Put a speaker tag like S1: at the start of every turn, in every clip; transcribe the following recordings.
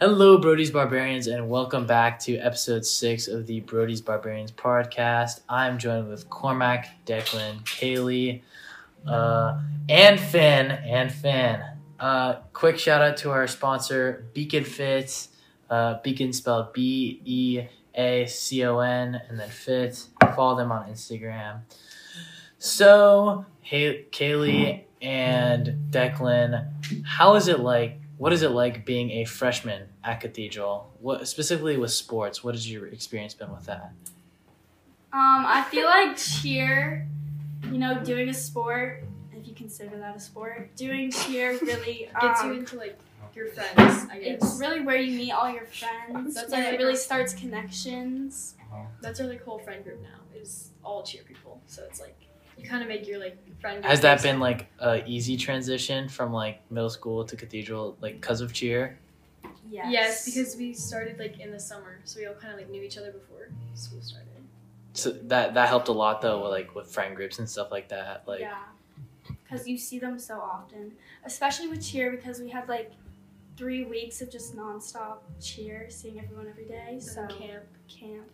S1: Hello, Brody's Barbarians, and welcome back to episode six of the Brody's Barbarians podcast. I'm joined with Cormac, Declan, Kaylee, uh, and Finn. And Finn. Uh, quick shout out to our sponsor, Beacon Fit. Uh, Beacon spelled B E A C O N, and then Fit. Follow them on Instagram. So, hey, Kaylee and Declan, how is it like? What is it like being a freshman at Cathedral? What specifically with sports? What has your experience been with that?
S2: Um, I feel like cheer, you know, doing a sport, if you consider that a sport, doing cheer really um,
S3: gets you into like your friends, I guess.
S2: It's really where you meet all your friends.
S3: That's
S2: and
S3: like-
S2: it really starts connections.
S3: That's our like whole friend group now is all cheer people. So it's like you kind of make your like friend. Group
S1: Has that been like a easy transition from like middle school to Cathedral, like because of cheer?
S2: Yes.
S3: Yes. because we started like in the summer, so we all kind of like knew each other before school started.
S1: So that that helped a lot though, with, like with friend groups and stuff like that. Like
S2: yeah, because you see them so often, especially with cheer, because we had like three weeks of just nonstop cheer, seeing everyone every day.
S3: So
S2: So
S3: camp.
S2: camp.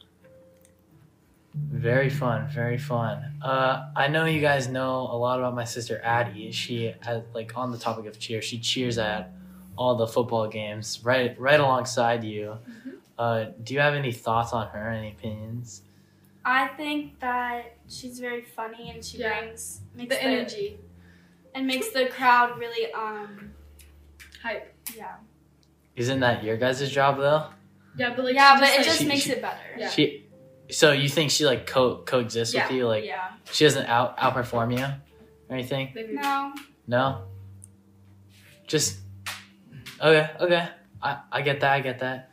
S1: Very fun, very fun. Uh, I know you guys know a lot about my sister Addie. She, uh, like, on the topic of cheer, she cheers at all the football games, right, right alongside you.
S3: Mhm.
S1: Uh, do you have any thoughts on her? Any opinions?
S2: I think that she's very funny and she
S3: Yeah.
S2: brings makes
S3: The energy,
S2: and makes the crowd really um
S3: hype.
S2: yeah
S1: Isn't that your guys' job though?
S3: Yeah, but like
S2: yeah,
S3: she
S2: but
S3: just,
S2: it
S3: like,
S2: just
S1: She-
S2: makes
S1: she-
S2: it better.
S3: Yeah.
S1: She, so you think she like co coexists with
S3: Yeah,
S1: you? Like
S2: yeah.
S1: she doesn't out outperform you or anything?
S3: maybe
S2: No.
S1: No. Just okay, okay. I I get that. I get that.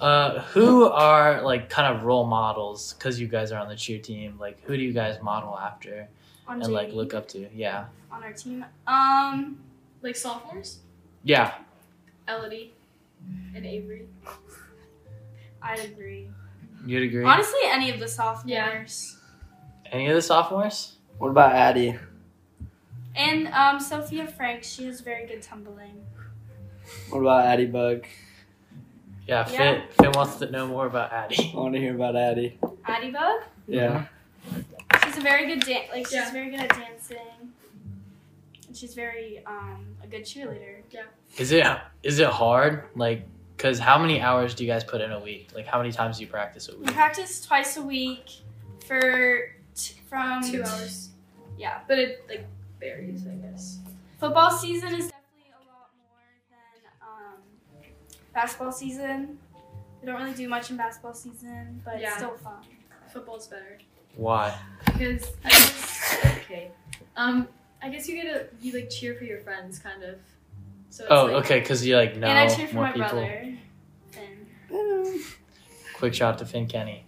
S1: Uh, who are like kind of role models? Because you guys are on the cheer team. Like, who do you guys model after
S2: On
S1: and like
S2: JV,
S1: look up to? Yeah,
S2: on our team. Um
S3: like sophomores,
S1: yeah.
S3: Elodie and Avery.
S2: I agree.
S1: You'd agree.
S2: Honestly, any of the sophomores.
S1: Any of the sophomores?
S4: What about Addie?
S2: And um Sophia Frank, she has very good tumbling.
S4: What about Addie Bug?
S1: Yeah.
S2: Yeah.
S1: Finn, Finn wants to know more about Addie.
S4: I want to hear about Addie.
S2: Addie Bug,
S4: Yeah.
S2: she's a very good dan- like she's
S3: Yeah.
S2: very good at dancing. And she's very um a good cheerleader.
S1: Is it is it hard? Like, cause how many hours do you guys put in a week? Like, how many times do you practice a
S2: We
S1: week?
S2: practice twice a week for t- from
S3: Two hours.
S2: Yeah.
S3: but it like varies, I guess.
S2: Football season is definitely a lot more than um, basketball season. We don't really do much in basketball season, but it's
S3: Yeah.
S2: still fun.
S3: Football's better
S1: Why?
S3: because I guess, okay. Um, I guess you get a you like cheer for your friends, kind of. So it's
S1: Oh,
S3: like,
S1: okay. Cause you like know
S2: and I cheer for
S1: more
S2: my
S1: people.
S2: brother. And
S1: Quick shout to Finn Kenny.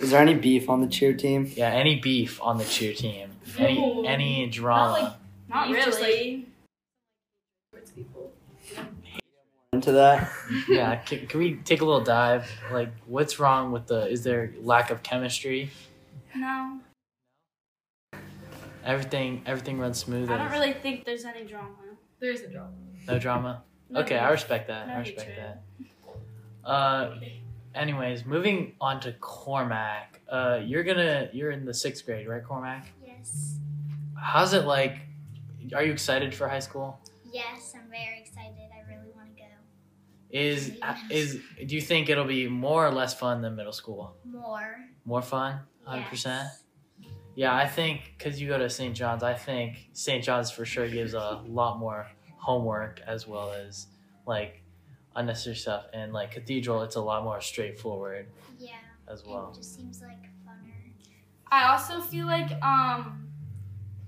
S4: Is there any beef on the cheer team?
S1: Yeah, any beef on the cheer team, any
S3: No.
S1: any drama.
S2: not
S3: You
S2: really.
S3: just, towards people.
S4: Into that?
S1: yeah, can, can we take a little dive? Like, what's wrong with the? Is there lack of chemistry?
S2: no,
S1: Everything everything runs smooth.
S2: I
S1: and
S2: don't really think there's any drama.
S3: There is a drama.
S1: No drama.
S2: No,
S1: Okay, I respect that.
S2: No
S1: I respect
S2: hatred.
S1: that. Uh, anyways, moving on to Cormac. Uh, you're gonna you're in the sixth grade, right, Cormac?
S5: Yes.
S1: How's it like? Are you excited for high school?
S5: Yes, I'm very excited. I really want to go
S1: Is is do you think it'll be more or less fun than middle school?
S5: more.
S1: More fun, hundred percent.
S5: Yes.
S1: Yeah, I think because you go to St. John's, I think St. John's for sure gives a lot more homework as well as like unnecessary stuff. And like Cathedral, it's a lot more straightforward
S5: Yeah.
S1: as
S5: It
S1: well.
S5: just seems like funner.
S2: I also feel like um,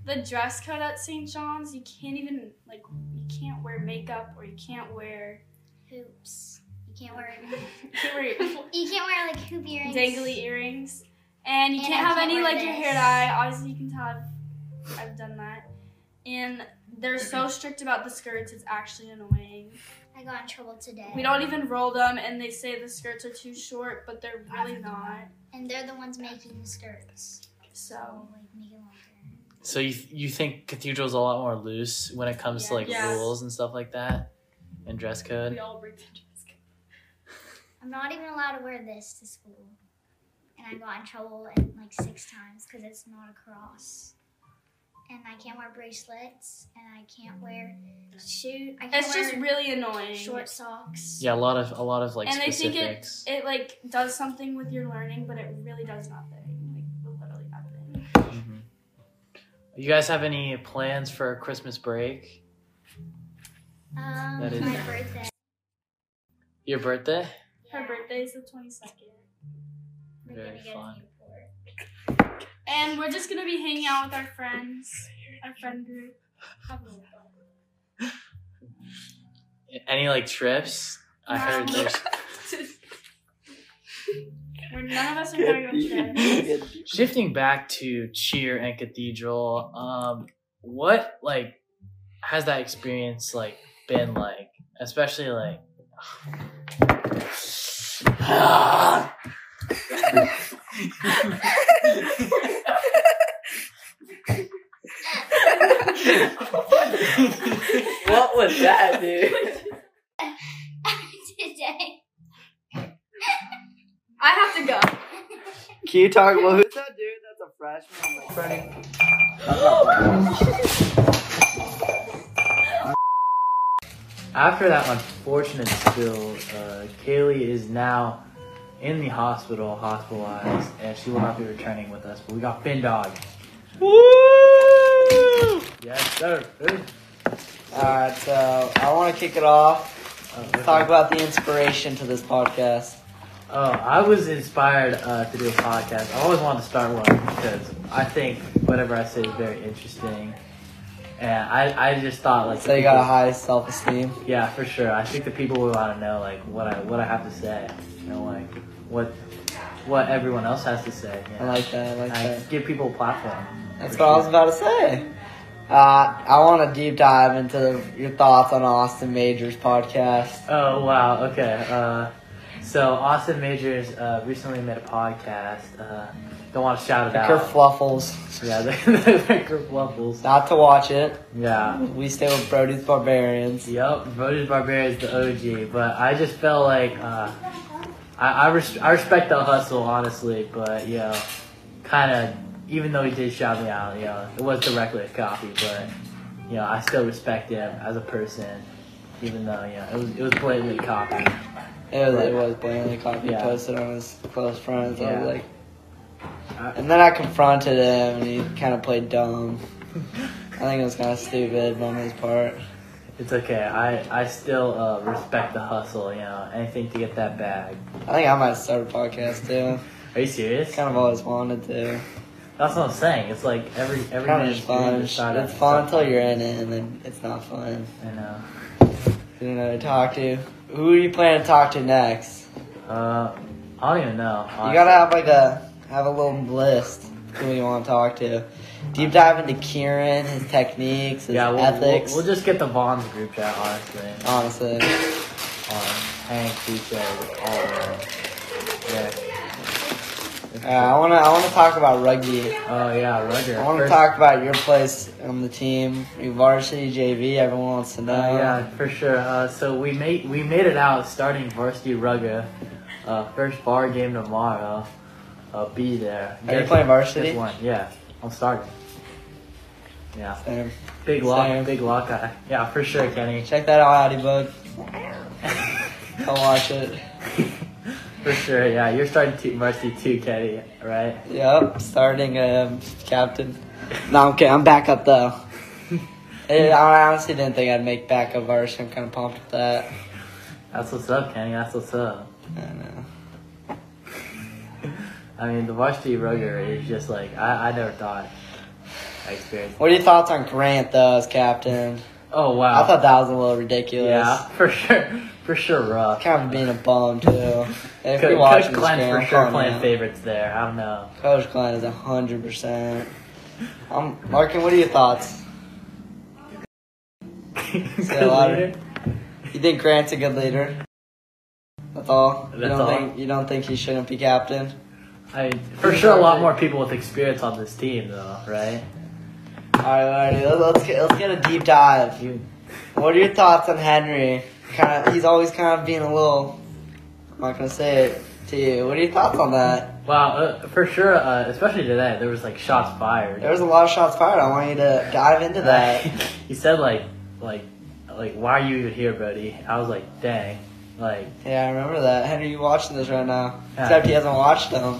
S2: the dress code at St. John's, you can't even like you can't wear makeup or you can't wear
S5: Hoops. You can't wear
S2: you can't wear
S5: you can't wear like hoop earrings.
S2: dangly earrings, and you
S5: And
S2: can't
S5: I
S2: have
S5: can't
S2: any
S5: wear
S2: like your hair
S5: this.
S2: dye. Obviously, you can tell I've, I've done that. And they're so strict about the skirts; it's actually annoying.
S5: I got in trouble today.
S2: We don't even roll them, and they say the skirts are too short, but they're really not.
S5: and they're the ones making the skirts.
S1: Oh.
S2: So
S5: like make it longer.
S1: So you you think Cathedral's a lot more loose when it comes to like
S3: Yes.
S1: rules and stuff like that and dress
S3: We
S1: code?
S3: all break the dress code.
S5: I'm not even allowed to wear this to school. And I got in trouble in, like six times because it's not a cross. And I can't wear bracelets and I can't wear shoe. I can't
S2: It's just
S5: wear
S2: really annoying.
S5: short socks.
S1: Yeah, a lot of a lot of like
S2: And I think it-
S1: specifics.
S2: It like does something with your learning, but it really does nothing. Like literally nothing.
S1: Mhm. You guys have any plans for a Christmas break?
S5: Um,
S1: That is-
S5: my birthday.
S1: Your birthday?
S2: Her
S5: Yeah.
S2: birthday is the twenty second.
S5: We're
S1: Very
S5: gonna go to
S1: fun.
S5: Newport.
S2: And we're just gonna be hanging out with our friends, our friend group. Have a little fun.
S1: Any like trips? I heard
S2: No.
S1: there's
S2: We're, none of us are going on trips.
S1: shifting back to cheer and cathedral um what like has that experience like been like especially like
S4: what was that, dude?
S5: Today.
S3: I have to go.
S4: Can you talk? Well, who's that dude? That's a freshman. I'm like, Freddie. That's not bad.
S1: after that unfortunate spill uh, kaylee is now in the hospital hospitalized and she will not be returning with us but we got fin dog
S4: Woo!
S1: yes sir
S4: Alright, so I want to kick it off.
S1: Uh,
S4: Talk about the inspiration to this podcast.
S1: Oh, I was inspired uh, to do a podcast. I always wanted to start one because I think whatever I say is very interesting, and I, I just thought like
S4: So you got a high self esteem.
S1: yeah for sure. I think the people would want to know like what I what I have to say, you know like what what everyone else has to say.
S4: I
S1: Yeah.
S4: like that. I like that.
S1: I give people a platform.
S4: That's what I was about to say. Uh, I want to deep dive into the, your thoughts on Austin Majors podcast.
S1: Oh wow, okay. Uh, so Austin Majors uh, recently made a podcast. Uh, don't want to shout it
S4: The
S1: out.
S4: Kerfluffles.
S1: Yeah, they're, they're kerfluffles.
S4: Not to watch it.
S1: Yeah.
S4: We stay with Brody's Barbarians.
S1: Yep, Voted Barbarian is the OG, but I just felt like uh, I I, res- I respect the hustle honestly, but you know, kind of even though he did shout me out, you know, it was directly a copy, but you know, I still respect him as a person, even though you know it was it was blatantly copy.
S4: It was, it was blatantly copy
S1: Yeah.
S4: posted on his close friends. I
S1: Yeah.
S4: was like,
S1: I-
S4: and then I confronted him, and he kind of played dumb. I think it was kind of stupid on his part.
S1: It's okay, I I still uh, respect the hustle, you know, anything to get that bag.
S4: I think I might start a podcast too.
S1: Are you serious?
S4: Kind of always wanted to.
S1: That's what I'm saying. It's like every every
S4: Kind of
S1: minute
S4: just fun. It's fun until you're in it, and then it's not fun.
S1: I know.
S4: You don't know who to talk to. Who are you planning to talk to next?
S1: Uh, I don't even know.
S4: You gotta have like a have a little list who you want to talk to. Deep dive into Kieran, his techniques, his
S1: yeah, we'll,
S4: ethics.
S1: We'll, we'll just get the Vaughn's group chat, honestly. Um,
S4: Honestly, Uh,
S1: Hank, TJ, all of them. Yeah.
S4: Uh, I wanna I wanna talk about rugby.
S1: Oh yeah, Roger.
S4: I wanna
S1: First-
S4: talk about your place on the team, your varsity JV. Everyone wants to
S1: Uh,
S4: know.
S1: yeah, for sure. Uh, so we made we made it out starting varsity rugga. Uh, first bar game tomorrow. I'll be there.
S4: Are you
S1: Guess-
S4: playing varsity?
S1: guess One. Yeah, I'm starting. Yeah,
S4: Same.
S1: big lock,
S4: Same.
S1: big lock guy. Yeah, for sure, Kenny.
S4: Check that out, Addy Bug. Go watch it.
S1: For sure, yeah. You're starting to varsity too, Kenny, right?
S4: Yep, starting um, captain. No, I'm kidding. I'm backup though. Eh, I honestly didn't think I'd make backup varsity. I'm kind of pumped with that.
S1: That's what's up, Kenny. That's what's up.
S4: I don't know.
S1: I mean, the varsity rugger is just like I, I never thought I experienced.
S4: What are your thoughts on Grant though as captain?
S1: Oh wow!
S4: I thought that was a little ridiculous.
S1: yeah, for sure, for sure, rough.
S4: Kind of being a bum too. If
S1: Co-
S4: you're watching
S1: Coach
S4: this
S1: Glenn
S4: game,
S1: for
S4: I'm
S1: sure
S4: calling
S1: playing
S4: out.
S1: favorites there. I don't know.
S4: Coach Glenn is hundred percent. I'm Markin. What are your thoughts? Say a lot of-
S1: Later.
S4: You think Grant's a good leader? That's all. you
S1: That's
S4: don't
S1: all.
S4: think you don't think he shouldn't be captain?
S1: I for sure a lot more people with experience on this team though, right?
S4: All right, all right. Let's get let's get a deep dive.
S1: You
S4: What are your thoughts on Henry? Kind of, he's always kind of being a little I'm not gonna say it to you. What are your thoughts on that?
S1: Wow, uh, for sure, uh, especially today, there was like shots fired.
S4: There was a lot of shots fired. I want you to dive
S1: Uh,
S4: into that.
S1: he said like, like, like, why are you even here, buddy? I was like, dang, like,
S4: Yeah, I remember that. Henry, you watching this right now?
S1: Yeah.
S4: Except he hasn't watched them.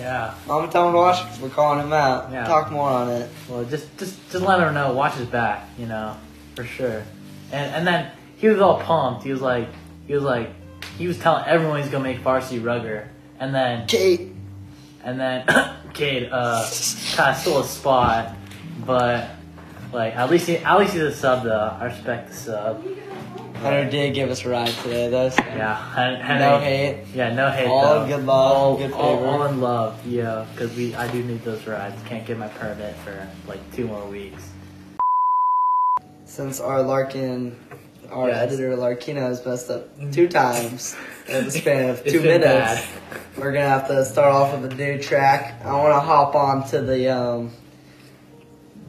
S1: yeah.
S4: Mama tell him to watch it 'cause we're calling him out.
S1: Yeah.
S4: Talk more on it.
S1: Well, just, just, just let her know. Watch his back, you know, for sure. And and then he was all pumped. He was like, he was like, he was telling everyone he's gonna make varsity rugger. And then
S4: Kate.
S1: and then Cade uh, kind of stole a spot, but like at least he, at least he's a sub though. I respect the sub.
S4: Hunter did give us a ride today, though. so
S1: Yeah, Hen- Henry.
S4: No hate.
S1: Yeah, no hate.
S4: All
S1: though.
S4: in good love,
S1: all,
S4: good
S1: all,
S4: favor.
S1: all in love. Yeah, because we I do need those rides. Can't get my permit for like two more weeks.
S4: Since our Larkin, our
S1: Yes. Mm.
S4: editor Larkino has messed up two times in the span of
S1: It's
S4: two
S1: been
S4: minutes,
S1: bad.
S4: we're gonna have to start off with a new track. I want to hop on to the um,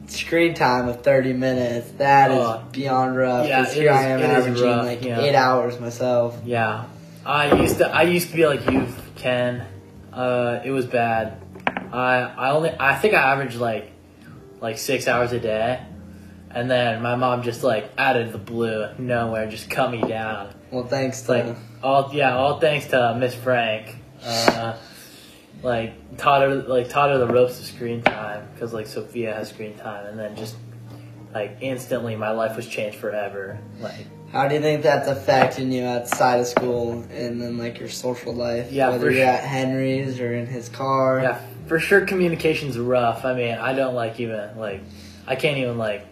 S4: screen time of thirty minutes. That is
S1: Oh.
S4: beyond rough.
S1: Yeah,
S4: 'cause
S1: it
S4: here
S1: is-
S4: I am
S1: it is
S4: averaging
S1: rough,
S4: like
S1: yeah.
S4: eight hours myself.
S1: Yeah, I used to I used to be like you, Ken. Uh, it was bad. I I only I think I averaged like like six hours a day, and then my mom just like out of the blue, nowhere, just cut me down.
S4: Well, thanks to
S1: Like all yeah, all thanks to Miss Frank. Uh, like taught her like taught her the ropes of screen time because like Sophia has screen time, and then just like instantly my life was changed forever. Like.
S4: How do you think that's affecting you outside of school and then like your social life?
S1: Yeah,
S4: whether
S1: for
S4: you're
S1: sure.
S4: at Henry's or in his car.
S1: Yeah, for sure communication's rough. I mean, I don't like even like I can't even like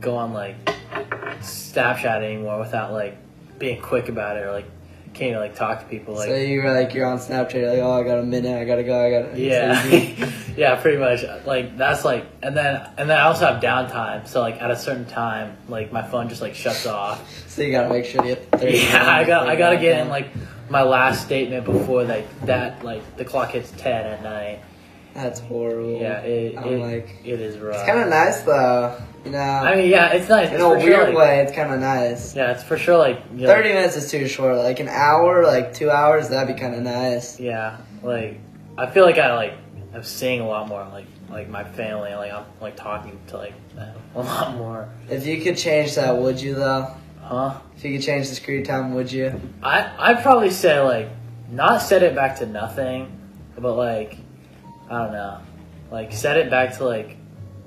S1: go on like Snapchat anymore without like being quick about it or like can't even like talk to people like
S4: so you were like you're on Snapchat, you're like, oh, I got a minute, I gotta go, I gotta. so you do-
S1: yeah yeah pretty much like that's like and then and then i also have downtime so like at a certain time like my phone just like shuts off
S4: so you gotta make sure you get. 30
S1: yeah i
S4: minutes
S1: got i gotta
S4: before
S1: get in
S4: you
S1: like my last statement before like that like the clock hits 10 at night
S4: That's horrible.
S1: yeah it,
S4: I'm
S1: it,
S4: like,
S1: it is rough
S4: it's kind of nice though, you know.
S1: I mean, yeah, it's nice.
S4: in
S1: It's
S4: a
S1: for
S4: weird
S1: sure, like-
S4: way, it's kind of nice.
S1: Yeah, it's for sure like you know,
S4: Thirty minutes is too short. Like an hour, like two hours, that'd be kind of nice.
S1: Yeah, like I feel like I like I'm seeing a lot more like like my family. Like I'm like talking to like them a lot more.
S4: If you could change that, would you though?
S1: Huh?
S4: If you could change the screen time, would you?
S1: I I'd probably say like not set it back to nothing, but like I don't know, like set it back to like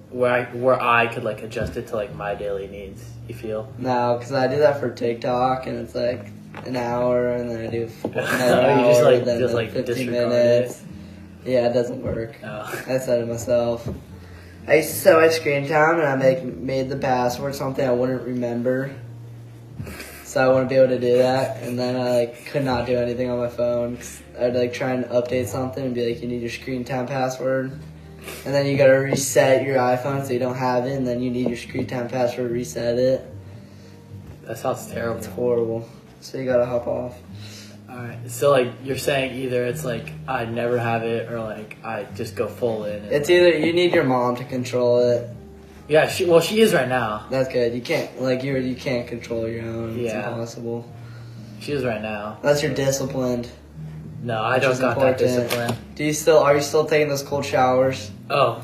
S1: where I where I could like adjust it to like my daily needs. You feel?
S4: No, because I do that for TikTok, and it's like an hour, and then I do f- another
S1: Oh,
S4: hour,
S1: you just, like-
S4: then
S1: just,
S4: the
S1: like,
S4: 15
S1: disregard
S4: minutes. Yeah, it doesn't work.
S1: Oh.
S4: I said it myself. I used to set my screen time, and I make, made the password something I wouldn't remember, so I wouldn't be able to do that. And then I like could not do anything on my phone. 'cause I'd like try and update something and be like, "You need your screen time password." And then you gotta reset your iPhone so you don't have it, and then you need your screen time password, reset it.
S1: That sounds
S4: It's
S1: terrible.
S4: horrible. So you gotta hop off.
S1: All right. So like you're saying either it's like I never have it or like I just go full in. And,
S4: It's either you need your mom to control it.
S1: yeah. She, well, she is right now.
S4: That's good. You can't like you you can't control your own. It's
S1: Yeah.
S4: impossible.
S1: She is right now.
S4: Unless you're disciplined.
S1: No, I
S4: Which
S1: don't
S4: is
S1: got that
S4: important.
S1: discipline.
S4: Do you still are you still taking those cold showers?
S1: Oh,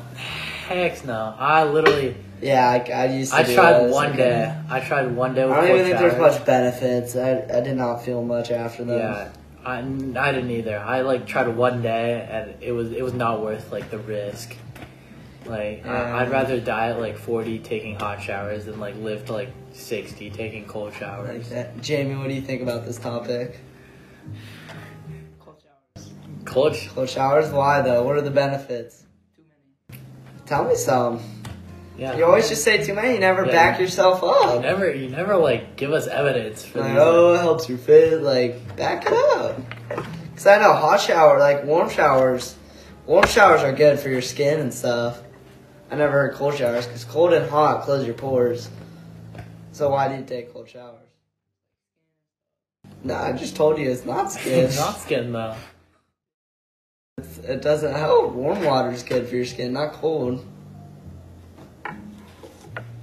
S1: heck no. I literally,
S4: Yeah, I, I used to.
S1: I
S4: do
S1: tried
S4: those.
S1: one
S4: Okay.
S1: day. I tried one day
S4: I
S1: with
S4: don't even
S1: cold
S4: think there's
S1: showers.
S4: much benefits. I, I did not feel much after them.
S1: Yeah, I, I didn't either. I like tried one day and it was it was not worth like the risk. Like
S4: Um,
S1: I, I'd rather die at like 40 taking hot showers than like live to like 60 taking cold
S4: Like
S1: showers.
S4: that. Jamie, what do you think about this topic?
S1: Cold. sh-
S4: Cold showers? Why though? What are the benefits? Tell me some.
S1: Yeah.
S4: You always just say too many. You never
S1: Yeah.
S4: back yourself up.
S1: You never, you never like give us evidence for
S4: Like,
S1: these.
S4: oh, it helps your fit. Like, back it up. Because I know hot shower, like warm showers, warm showers are good for your skin and stuff. I never heard cold showers because cold and hot close your pores. So why do you take cold showers? No, I just told you it's not skin.
S1: It's not skin though.
S4: It's- it doesn't help. Warm water is good for your skin, not cold. All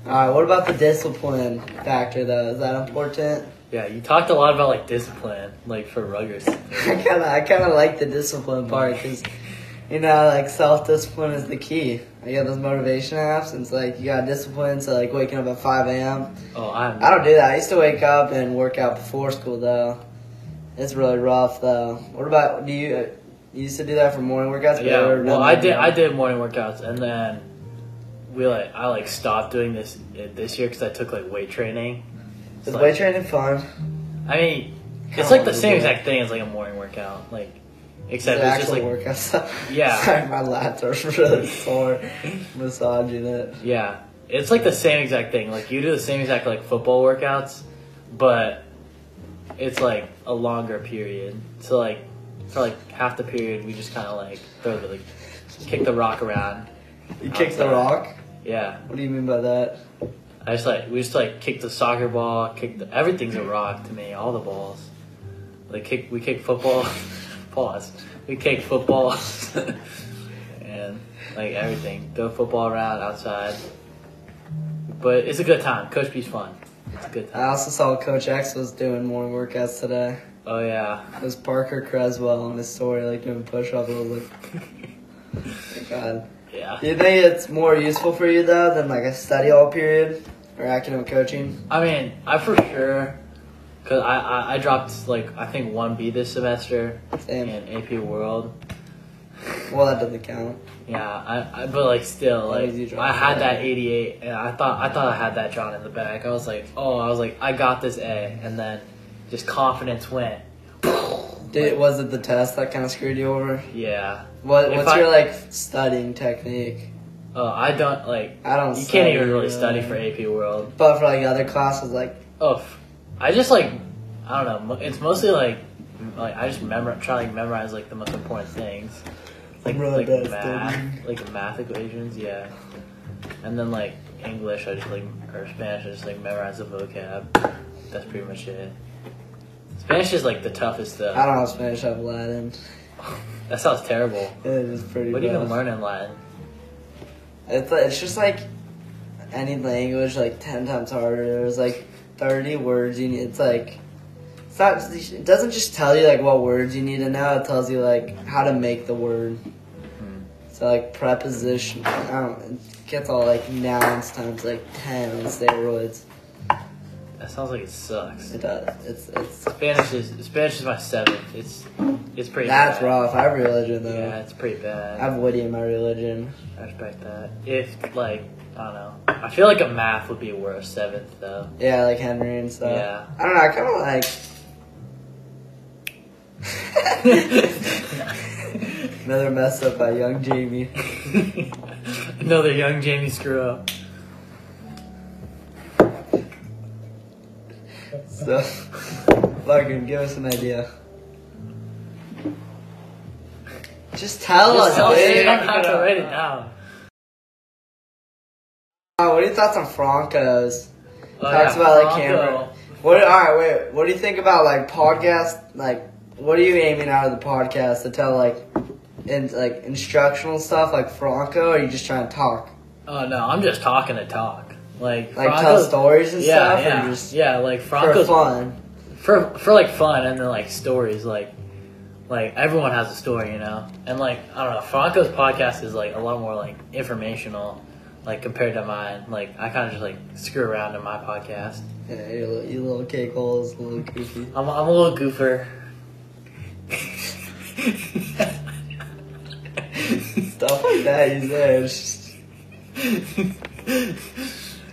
S4: right. What about the discipline factor though? Is that important?
S1: Yeah, you talked a lot about like discipline, like for ruggers.
S4: I kind of I kind of like the discipline part because you know like self discipline is the key. I got those motivation apps and it's like you got discipline so like waking up at five a.m.
S1: Oh, I'm.
S4: I don't do that. I used to wake up and work out before school though. It's really rough though. What about do you? You used to do that for morning workouts? but
S1: Yeah,
S4: you're
S1: well,
S4: not
S1: I did.
S4: doing
S1: I did morning workouts, and then we like I like stopped doing this uh, this year because I took like weight training.
S4: it.
S1: It's
S4: Is
S1: like-
S4: weight training fun?
S1: I mean, it's
S4: Kinda
S1: like the
S4: wanna
S1: same
S4: do
S1: exact thing as like a morning workout, like except
S4: the
S1: it's just
S4: actual
S1: like
S4: workouts.
S1: Yeah.
S4: Sorry, my lats are really sore. Massaging it.
S1: yeah, it's like the same exact thing. Like you do the same exact like football workouts, but it's like a longer period. So like for like half the period, we just kind of like throw the like kick the rock around.
S4: You kick the rock.
S1: Yeah.
S4: What do you mean by that?
S1: I just like we just like kick the soccer ball, kick the, everything's a rock to me. All the balls, like kick we kick football. Pause. We kick football, and like everything. Throw football around outside. But it's a good time. Coach B's fun. It's a good
S4: I
S1: time.
S4: also saw Coach X was doing morning workouts today.
S1: Oh yeah.
S4: It was Parker Creswell on his story, like doing push ups. I was like, "Oh my God.
S1: Yeah.
S4: Do you think it's more useful for you though than like a study hall period or academic coaching?
S1: I mean, I for sure, cause I I, I dropped like I think one B this semester in
S4: Same.
S1: AP World.
S4: Well, that doesn't count.
S1: Yeah, I, I but like still
S4: Why
S1: like
S4: did you drop
S1: I had
S4: that?
S1: that 88 and I thought I thought I had that drawn in the back. I was like, "Oh, I was like I got this A." And then just confidence went.
S4: Did, was it the test that kind of screwed you over?
S1: Yeah.
S4: What,
S1: If
S4: what's
S1: I-
S4: your like studying technique?
S1: Uh, I don't like
S4: I don't.
S1: you can't even
S4: study,
S1: really study for AP World.
S4: But for like other classes, like
S1: Oh, I just like I don't know. mo- It's mostly like like I just memor try to like, memorize like the most important things. Like
S4: Really
S1: like
S4: bad
S1: math,
S4: studying.
S1: like math equations, yeah. And then like English, I just like or Spanish, I just like memorize the vocab. That's pretty much it. Spanish is like the toughest
S4: I
S1: though.
S4: don't know Spanish. I've Latin.
S1: That sounds terrible.
S4: It is pretty.
S1: What do you
S4: rough.
S1: even learn in Latin?
S4: It's like, it's just like any language like ten times harder. There's like thirty words you need. It's like it's not. It doesn't just tell you like what words you need to know. It tells you like how to make the word.
S1: Hmm.
S4: So like preposition. I don't. It gets all like nouns times like ten on steroids.
S1: That sounds like it sucks.
S4: It does. It's it's.
S1: Spanish is Spanish is my seventh. It's it's pretty.
S4: That's
S1: bad.
S4: rough. I have religion though.
S1: Yeah, it's pretty bad.
S4: I have witty in my religion.
S1: I respect that. If like I don't know, I feel like a math would be worse seventh though.
S4: Yeah, like Henry and stuff.
S1: yeah.
S4: I don't know. I kind of like. Another mess up by young Jamie.
S1: Another young Jamie screw up.
S4: So, fucking give us an idea. Just tell
S1: Just
S4: us,
S1: tell us, you
S4: dude.
S1: don't have to write it down.
S4: Uh, what are your thoughts on Franco's?
S1: Oh,
S4: Talks
S1: yeah,
S4: about, like,
S1: Bronco.
S4: What? All right, wait. What do you think about like podcast? Like, what are you aiming out of the podcast to tell like, in like instructional stuff like Franco? Or are you just trying to talk?
S1: Oh no, I'm just talking to talk. Like
S4: Like tell
S1: Franco's-
S4: stories and
S1: yeah,
S4: stuff,
S1: yeah,
S4: or just
S1: yeah. Like
S4: for
S1: Franco's
S4: fun?
S1: for for like fun and then like stories like like everyone has a story you know and like i don't know franco's podcast is like a lot more like informational like compared to mine like i kind of just like screw around in my podcast
S4: Yeah, you little, you little cake holes, little goofy.
S1: i'm, I'm a little goofer
S4: Stuff like that, you say. It's just-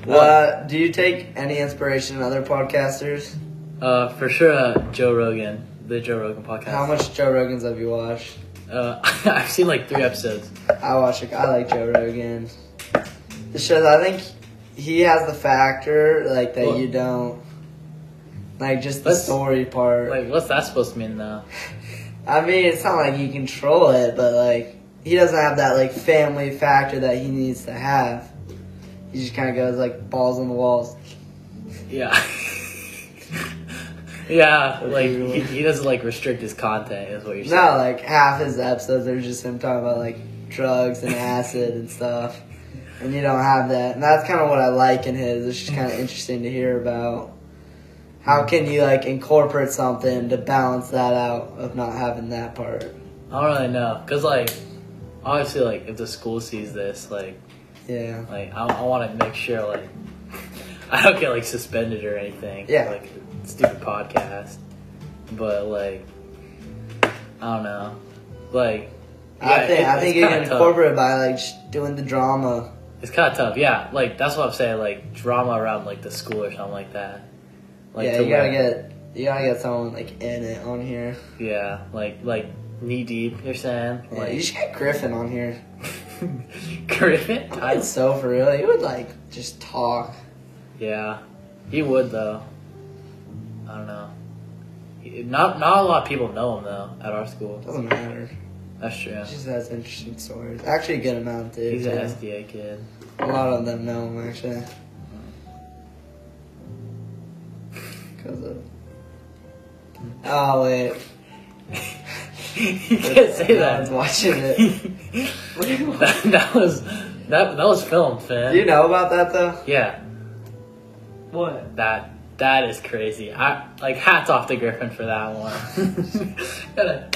S4: Well, uh, do you take any inspiration in other podcasters?
S1: uh for sure uh, joe rogan the joe rogan podcast
S4: How much Joe Rogan's have you watched?
S1: uh i've seen like three episodes
S4: I watch it. I like Joe Rogan. The shows I think he has the factor like that
S1: Well-
S4: you don't. Like just the
S1: Let's-
S4: story part.
S1: like what's that supposed to mean though
S4: I mean, it's not like you control it, but like he doesn't have that like family factor that he needs to have. He just kind of goes like balls on the walls.
S1: Yeah. yeah, like
S4: really-
S1: he, he doesn't like restrict his content is what you're saying.
S4: No, like half his episodes are just him talking about like drugs and acid and stuff. and you don't have that. And that's kind of what I like in his. It's just kind of interesting to hear about. How can you like incorporate something to balance that out of not having that part?
S1: I don't really know, cause like, obviously, like if the school sees this, like,
S4: Yeah.
S1: like I, I want to make sure, like, I don't get like suspended or anything. for,
S4: Yeah.
S1: Like stupid podcast, but like, I don't know, like.
S4: I
S1: yeah,
S4: think
S1: it-
S4: I
S1: it's
S4: think you can
S1: kinda tough.
S4: incorporate it by like sh- doing the drama.
S1: It's kind of tough, yeah. Like that's what I'm saying, like drama around like the school or something like that. Like
S4: yeah,
S1: to
S4: you gotta
S1: where-
S4: get you gotta get someone like in it on here.
S1: yeah, like like knee deep. You're saying
S4: Yeah,
S1: like
S4: you should get Griffin on here.
S1: Griffin?
S4: I
S1: I-
S4: would so for real. He would like just talk.
S1: yeah, he would though. I don't know. He- Not not a lot of people know him though at our school.
S4: Doesn't matter.
S1: That's true.
S4: He just has interesting stories. Actually, a good amount too.
S1: He's an
S4: too.
S1: SDA kid.
S4: A lot of them know him actually. Cause of. Oh wait,
S1: you can't say
S4: No
S1: that.
S4: one's watching it.
S1: that, that was that that was filmed, Finn.
S4: you know about that though?
S1: Yeah,
S4: What?
S1: that that is crazy. I like hats off to Griffin for that one. gotta,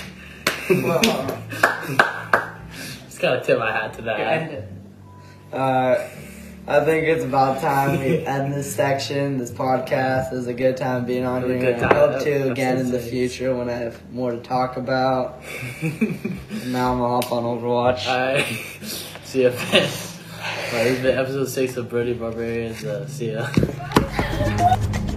S1: just gotta tip my hat to that.
S4: Uh, I think it's about time we end this section, this podcast. It was a good time being on
S1: It was a
S4: here.
S1: good
S4: I
S1: time.
S4: hope
S1: That-
S4: to again
S1: that
S4: in the
S1: sounds nice.
S4: future when I have more to talk about. Now I'm off on Overwatch.
S1: Alright, see ya, Finn. Well, this has been episode six of Brody Barbarians. Uh, see ya.